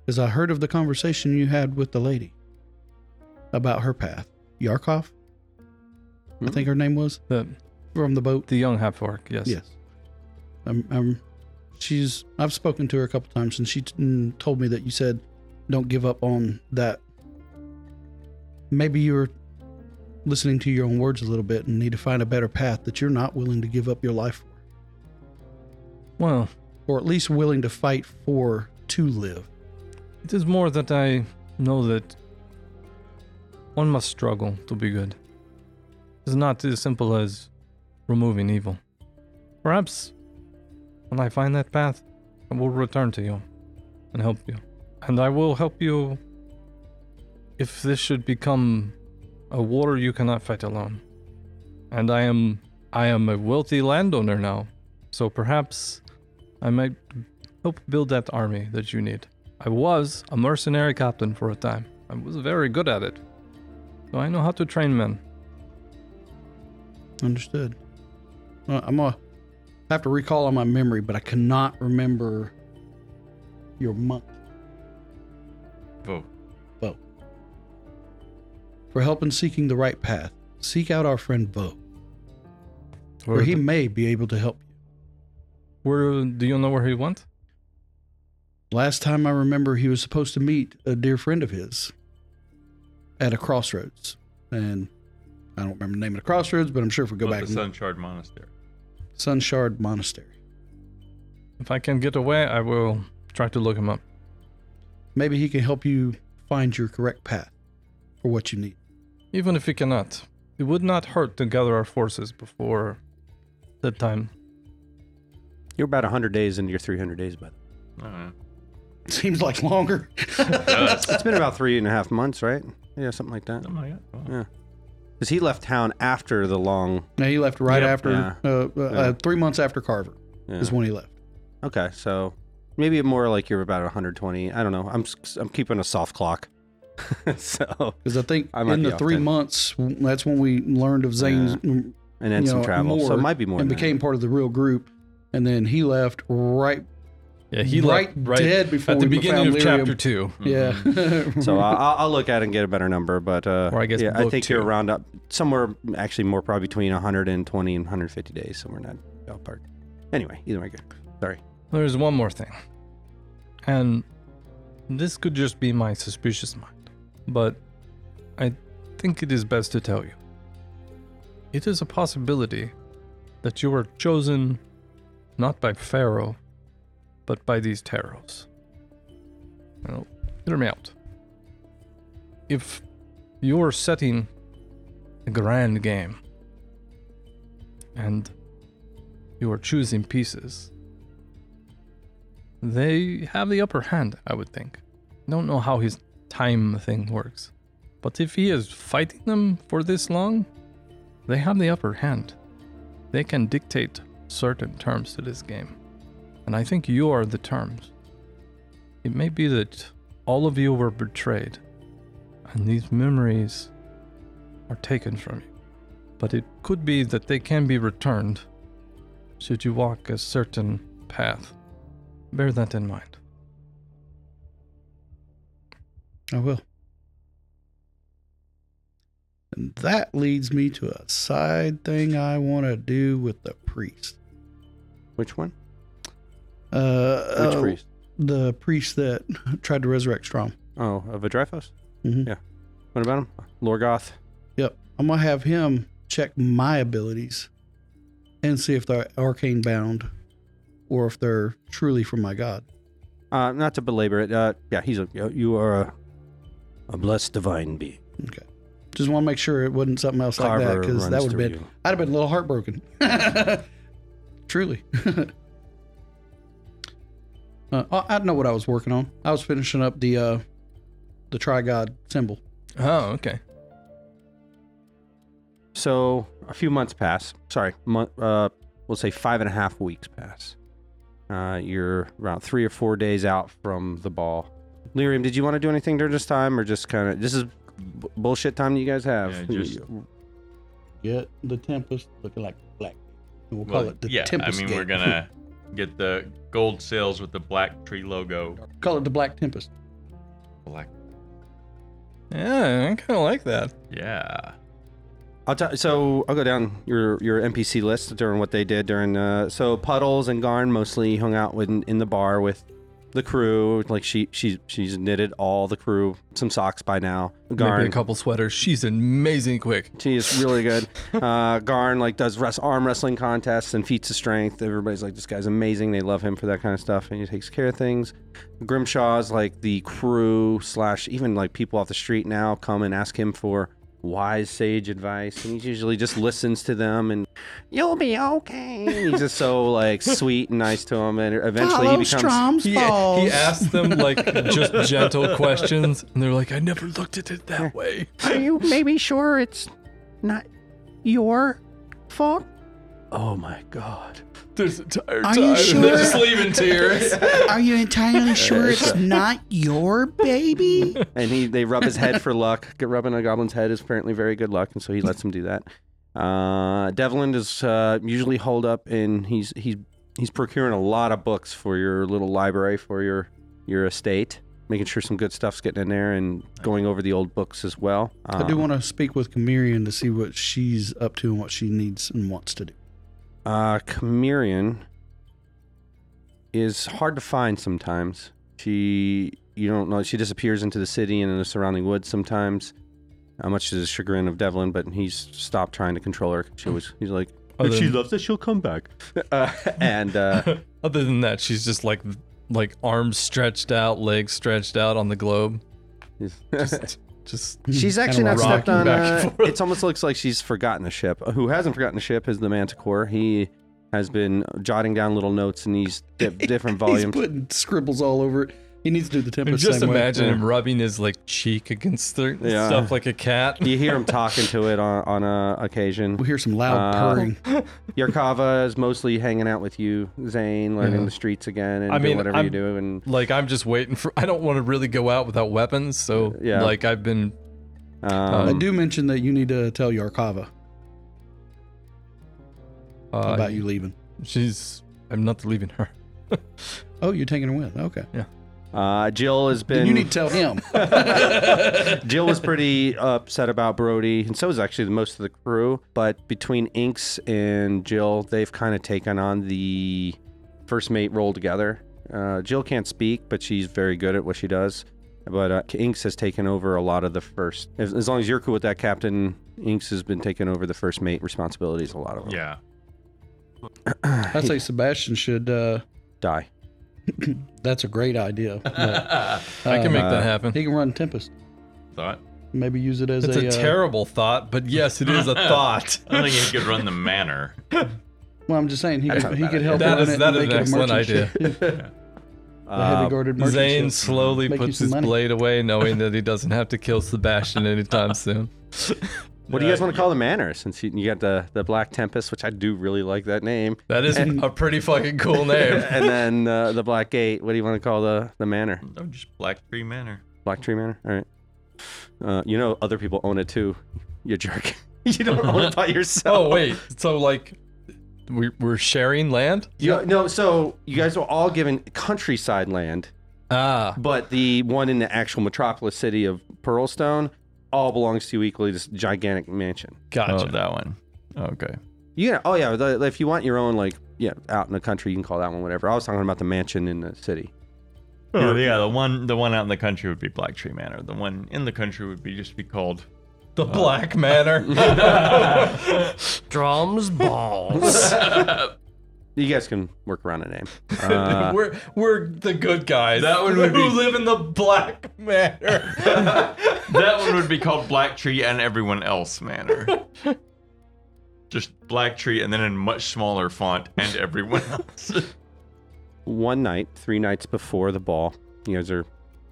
as I heard of the conversation you had with the lady about her path, Yarkov, I think her name was the, from the boat. the young half orc, yes. Yes. I'm, I'm, Um, she's. I've spoken to her a couple times, and she t- mm, told me that you said, "Don't give up on that." Maybe you were listening to your own words a little bit and need to find a better path that you're not willing to give up your life for, Well, or at least willing to fight for to live. It is more that I know that one must struggle to be good. It's not as simple as removing evil. Perhaps when I find that path, I will return to you and help you. And I will help you if this should become a war you cannot fight alone. And I am I am a wealthy landowner now, so perhaps I might help build that army that you need. I was a mercenary captain for a time. I was very good at it. So I know how to train men. Understood. Uh, I'm gonna have to recall on my memory, but I cannot remember your month. Vote. Bo. For help in seeking the right path, seek out our friend Bo, where Where he the- may be able to help you. where do you know where he went? Last time I remember, he was supposed to meet a dear friend of his at a crossroads. And I don't remember the name of the crossroads, but I'm sure if we go Not back, the Sun Shard Monastery. Sunshard Monastery. If I can get away, I will try to look him up. Maybe he can help you find your correct path for what you need. Even if he cannot, it would not hurt to gather our forces before the time. You're about hundred days into your three hundred days, by the way. I don't know. Seems like longer. Yes. Oh, It's been about three and a half months, right? Yeah, something like that. Something like that. Yeah. Because he left town after the long. now he left right Yep. after Yeah. uh, uh, uh, three months after Carver Yeah. is when he left. Okay, so maybe more like you're about 120. I don't know. I'm s- I'm keeping a soft clock. so Because I think I might in be the off three then. months, that's when we learned of Zane's mm, and then you some know, travel. so it might be more. and than that. became part of the real group. And then he left right. Yeah, he left Right right dead before at the we beginning found of Lyrium. chapter two. Yeah. So I'll, I'll- I'll look at it and get a better number, but uh, Or I guess yeah, I book think two. you're around up somewhere actually more probably between 120 and 150 days, somewhere in that ballpark. Anyway, either way, good. Sorry. There's one more thing. And this could just be my suspicious mind, but I think it is best to tell you. It is a possibility that you were chosen not by Pharaoh, but by these Taros. Now, hear me out. If you are setting a grand game and you are choosing pieces, they have the upper hand, I would think. Don't know how his time thing works, but if he is fighting them for this long, they have the upper hand. They can dictate certain terms to this game, and I think you are the terms. It may be that all of you were betrayed, and these memories are taken from you. But it could be that they can be returned should you walk a certain path. Bear that in mind. I will. And that leads me to a side thing I want to do with the priest. Which one? Uh, Which uh, priest? The priest that tried to resurrect Strom. Oh, of a Dreyfus? Mhm. Yeah. What about him? Lorgoth. Yep. I'm going to have him check my abilities and see if they're arcane bound or if they're truly from my god. Uh, not to belabor it. Uh, yeah, he's a. You are a, a blessed divine being. Just want to make sure it wasn't something else like that because that would have been, you. I'd have been a little heartbroken. truly. uh, I I know what I was working on. I was finishing up the, uh, the trigod symbol. Oh, okay. So a few months pass. Sorry, month, uh, we'll say five and a half weeks pass. Uh, you're around three or four days out from the ball. Lyrium, did you want to do anything during this time, or just kind of this is b- bullshit time you guys have? Yeah, just- Get the Tempest looking like black. We'll call Well, it the yeah, Tempest. I mean, we're Gate. gonna get the gold sails with the black tree logo. call it the Black Tempest. Black. Yeah, I kind of like that. Yeah. I'll t- so I'll go down your your NPC list during what they did during. Uh, so Puddles and Garn mostly hung out with, in the bar with the crew. Like she she she's knitted all the crew some socks by now. Garn Maybe a couple sweaters. She's amazing quick. She is really good. Uh, Garn like does wrest, arm wrestling contests and feats of strength. Everybody's like, this guy's amazing. They love him for that kind of stuff, and he takes care of things. Grimshaw's like the crew slash even like people off the street now come and ask him for wise sage advice, and he usually just listens to them and you'll be okay. And he's just so like sweet and nice to him, and eventually he Follow becomes. Strom's balls. He asked them like just gentle questions, and they're like, "I never looked at it that way." Are you maybe sure it's not your fault? Oh my god. There's entire Are time, you and they're sure? just leaving tears. Are you entirely sure it's not your baby? and he they rub his head for luck. Get- Rubbing a goblin's head is apparently very good luck, and so he lets him do that. Uh, Devlin is uh, usually holed up, and he's he's he's procuring a lot of books for your little library for your your estate, making sure some good stuff's getting in there, and going over the old books as well. I do Um, want to speak with Camirian to see what she's up to and what she needs and wants to do. Uh, Chimerian is hard to find sometimes. She, you don't know, she disappears into the city and in the surrounding woods sometimes. How much is the chagrin of Devlin, but he's stopped trying to control her. She always, he's like, Other if she than- loves it, she'll come back. Uh, and uh, Other than that, she's just like like arms stretched out, legs stretched out on the globe. he's- Just, just she's actually Kinda not stepped rocking on. back and Uh, forth. it almost looks like she's forgotten the ship. Who hasn't forgotten the ship is the Manticore. He has been jotting down little notes in these di- different He's volumes. putting scribbles all over it. He needs to do the and tempest. just same way. imagine yeah. him rubbing his like cheek against the Yeah. stuff like a cat. you hear him talking to it on, on uh, occasion. We'll hear some loud Uh, purring. Yarkava is mostly hanging out with you, Zane, learning Yeah. the streets again and I doing mean, whatever you I'm- do. And Like I'm just waiting for. I don't want to really go out without weapons, so Yeah. like I've been um, I do mention that you need to tell Yarkava uh, about you leaving. She's. I'm not leaving her. Oh, you're taking her with. Okay. uh, Jill has Then been. you need to tell him. Jill was pretty upset about Brody, and so is actually the most of the crew. But between Inks and Jill, they've kind of taken on the first mate role together. Uh, Jill can't speak, but she's very good at what she does. But uh, Inks has taken over a lot of the first. As, as long as you're cool with that, Captain, Inks has been taking over the first mate responsibilities. A lot of them. Yeah. I say Sebastian should. Uh, Die. that's a great idea. but, I can um, make uh, that happen. He can run tempest. Thought. Maybe use it as It's a, a uh, terrible thought, but yes, it is a thought. I think he could run the manor. well, I'm just saying he could, he could help That her is- run it that is and make an it a excellent merchant idea. ship. Yeah, a heavy Uh, guarded merchant Zane ship. slowly Make you puts some his money. blade away, knowing that he doesn't have to kill Sebastian anytime soon. what do Uh, you guys want to call the manor? Since you, you got the the Black Tempest, which I do really like that name, That is a pretty fucking cool name. and then uh, the Black Gate. What do you want to call the the manor? No, just Black Tree Manor. Black Tree Manor. All right. Uh, you know, other people own it too. You jerk. you don't own it by yourself. Oh wait, so like we, we're sharing land? You, no, so you guys were all given countryside land, Ah, but the one in the actual metropolis city of Pearlstone all belongs to you equally. This gigantic mansion. gotcha. Oh, that one. Okay. Yeah. Oh, yeah. The, if you want your own, like, yeah, out in the country, you can call that one whatever. I was talking about the mansion in the city. Oh, yeah, the one the one out in the country would be Black Tree Manor. The one in the country would be just be called the Black Manor. Drums balls. You guys can work around a name. Uh, we're we're the good guys. That one would who be- live in the Black Manor. That one would be called Black Tree and everyone else Manor. Just Black Tree and then in much smaller font and everyone else. one night, three nights before the ball, you guys are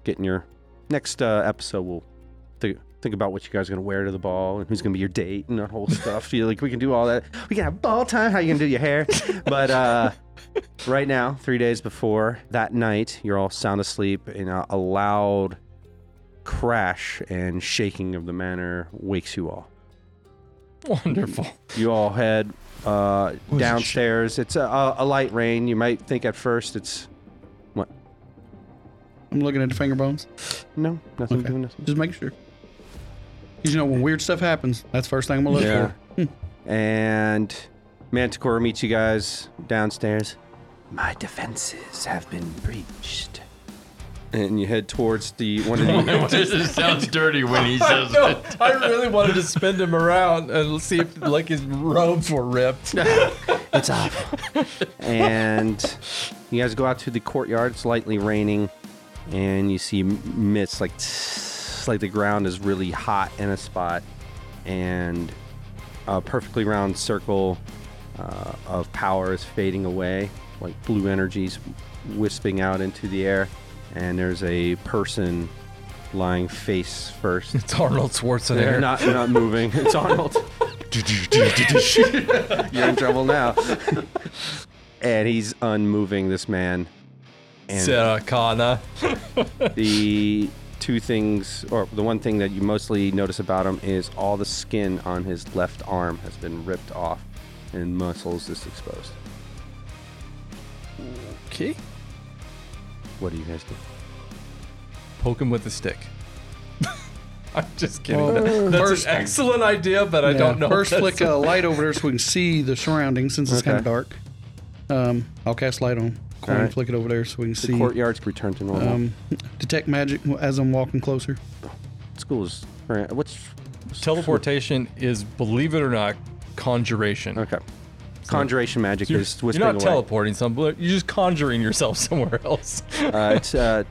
getting your next uh, episode. We'll th- think about what you guys are gonna wear to the ball and who's gonna be your date and that whole stuff. you like we can do all that. We can have ball time. How you gonna do your hair? But uh, right now, three days before that night, you're all sound asleep and a, a loud crash and shaking of the manor wakes you all. Wonderful. You all head uh, downstairs. It's a, a, a light rain. You might think at first it's I'm looking at the finger bones. no, nothing Okay. doing nothing. Just making sure. 'Cause you know when weird stuff happens, that's the first thing I'm gonna look Yeah. for. Hmm. and Manticore meets you guys downstairs. My defenses have been breached. And you head towards the one of the. it sounds dirty when he says No, I really wanted to spin him around and see if like his robes were ripped. it's off. and you guys go out to the courtyard. It's lightly raining, and you see m- mist like tss, like the ground is really hot in a spot, and a perfectly round circle uh, of power is fading away, like blue energies wisping out into the air, and there's a person lying face first. It's Arnold Schwarzenegger. They're not not moving. It's Arnold. You're in trouble now. and he's unmoving this man. And Sarah Connor. the two things, or the one thing that you mostly notice about him is all the skin on his left arm has been ripped off, and muscles is exposed. Okay. What do you guys do? Poke him with a stick. I'm just kidding. That- That's an excellent idea, but I don't know. if Oh. First, that's- flick a light over there so we can see the surroundings since it's kind of Okay. dark. Um, I'll cast light on coin, Alright. flick it over there so we can The see. courtyards return to normal. Um, detect magic as I'm walking closer. Schools. all right, uh, What's Teleportation is, believe it or not, conjuration. okay? Conjuration magic You're, is you're wisping not away. teleporting somewhere. You're just conjuring yourself somewhere else. uh, it's uh,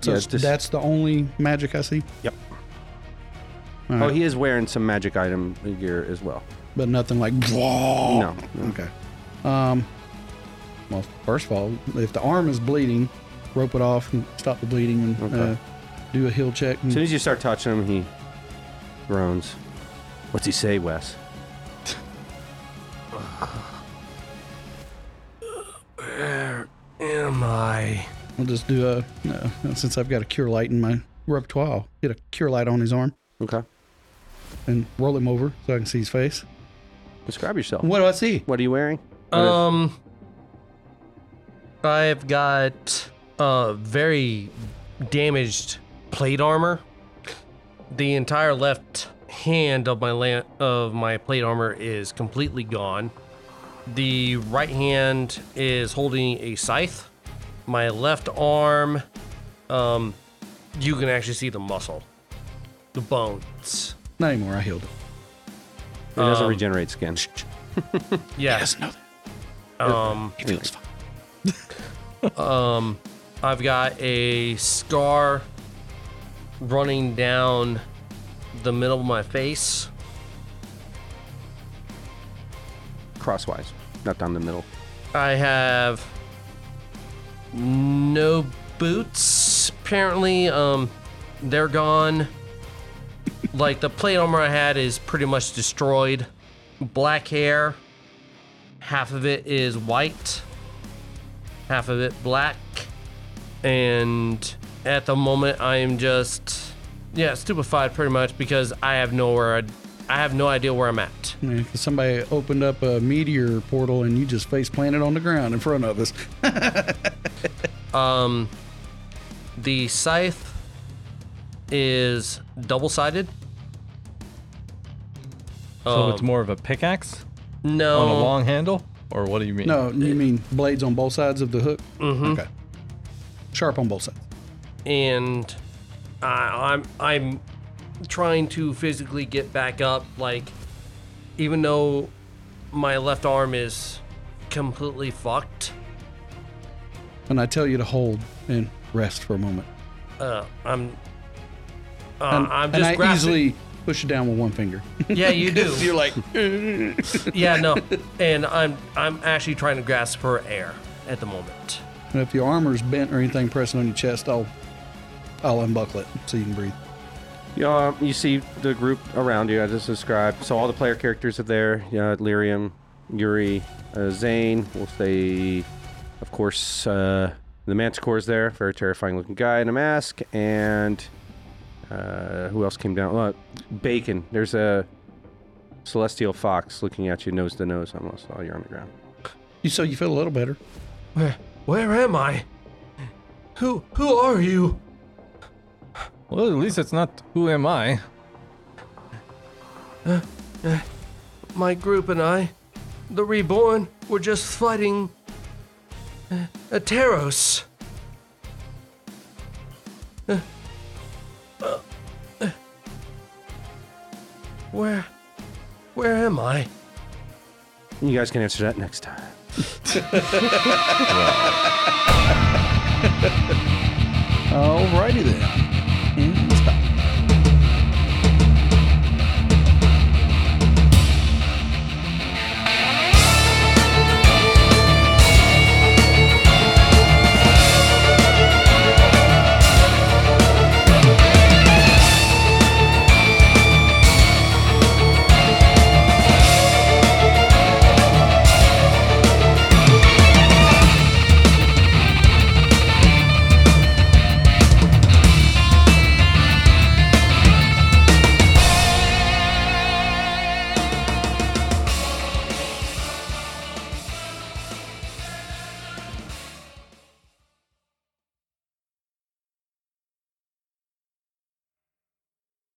So yeah, it's just- that's the only magic I see, Oh, he is wearing some magic item gear as well. but nothing like. No. No. no. Okay. Um, well, first of all, if the arm is bleeding, rope it off and stop the bleeding and Okay. uh, do a heal check. As And soon as you start touching him, he groans. What's he say, Wes? Am I? I'll just do a, uh, since I've got a cure light in my repertoire, I'll get a cure light on his arm Okay. and roll him over so I can see his face. Describe yourself. What do I see? What are you wearing? Um, I've got uh very damaged plate armor. The entire left hand of my la- of my plate armor is completely gone. The right hand is holding a scythe. My left arm, um, you can actually see the muscle, the bones. Not anymore. I healed him. It doesn't regenerate skin. Yeah. no. Um, He feels fine. I've got a scar running down the middle of my face. crosswise, not down the middle. I have no boots. Apparently, um, they're gone. like the plate armor I had is pretty much destroyed. Black hair, half of it is white, half of it black, and at the moment I am just yeah stupefied pretty much because I have nowhere I'd, I have no idea where I'm at. I mean, 'cause somebody opened up a meteor portal and you just face planted on the ground in front of us. Um, the scythe is double sided. So it's more of a pickaxe No, on a long handle, or what do you mean? No, you mean blades on both sides of the hook? Mm-hmm. Okay. Sharp on both sides. and I, I'm I'm trying to physically get back up. Like, even though my left arm is completely fucked, And I tell you to hold and rest for a moment. uh, I'm uh, And, I'm and just I grasping. easily push it down with one finger. yeah, you do. You're like, yeah, no, and I'm I'm actually trying to grasp for air at the moment. And if your armor's bent or anything pressing on your chest, I'll I'll unbuckle it so you can breathe. Yeah, you see the group around you I just described. So all the player characters are there. Yeah, Lyrium, Yuri, uh, Zane. We'll say, of course, uh, the Manticore is there. Very terrifying looking guy in a mask. And uh, who else came down? Uh, Bacon. There's a celestial fox looking at you nose to nose almost while you're on the ground. You so you feel a little better. Where, where am I? Who, who are you? Well, at least it's not who am I. My group and I, the Reborn, were just fighting uh, a Teros. Uh, uh, uh, Where, where am I? You guys can answer that next time. Alrighty then.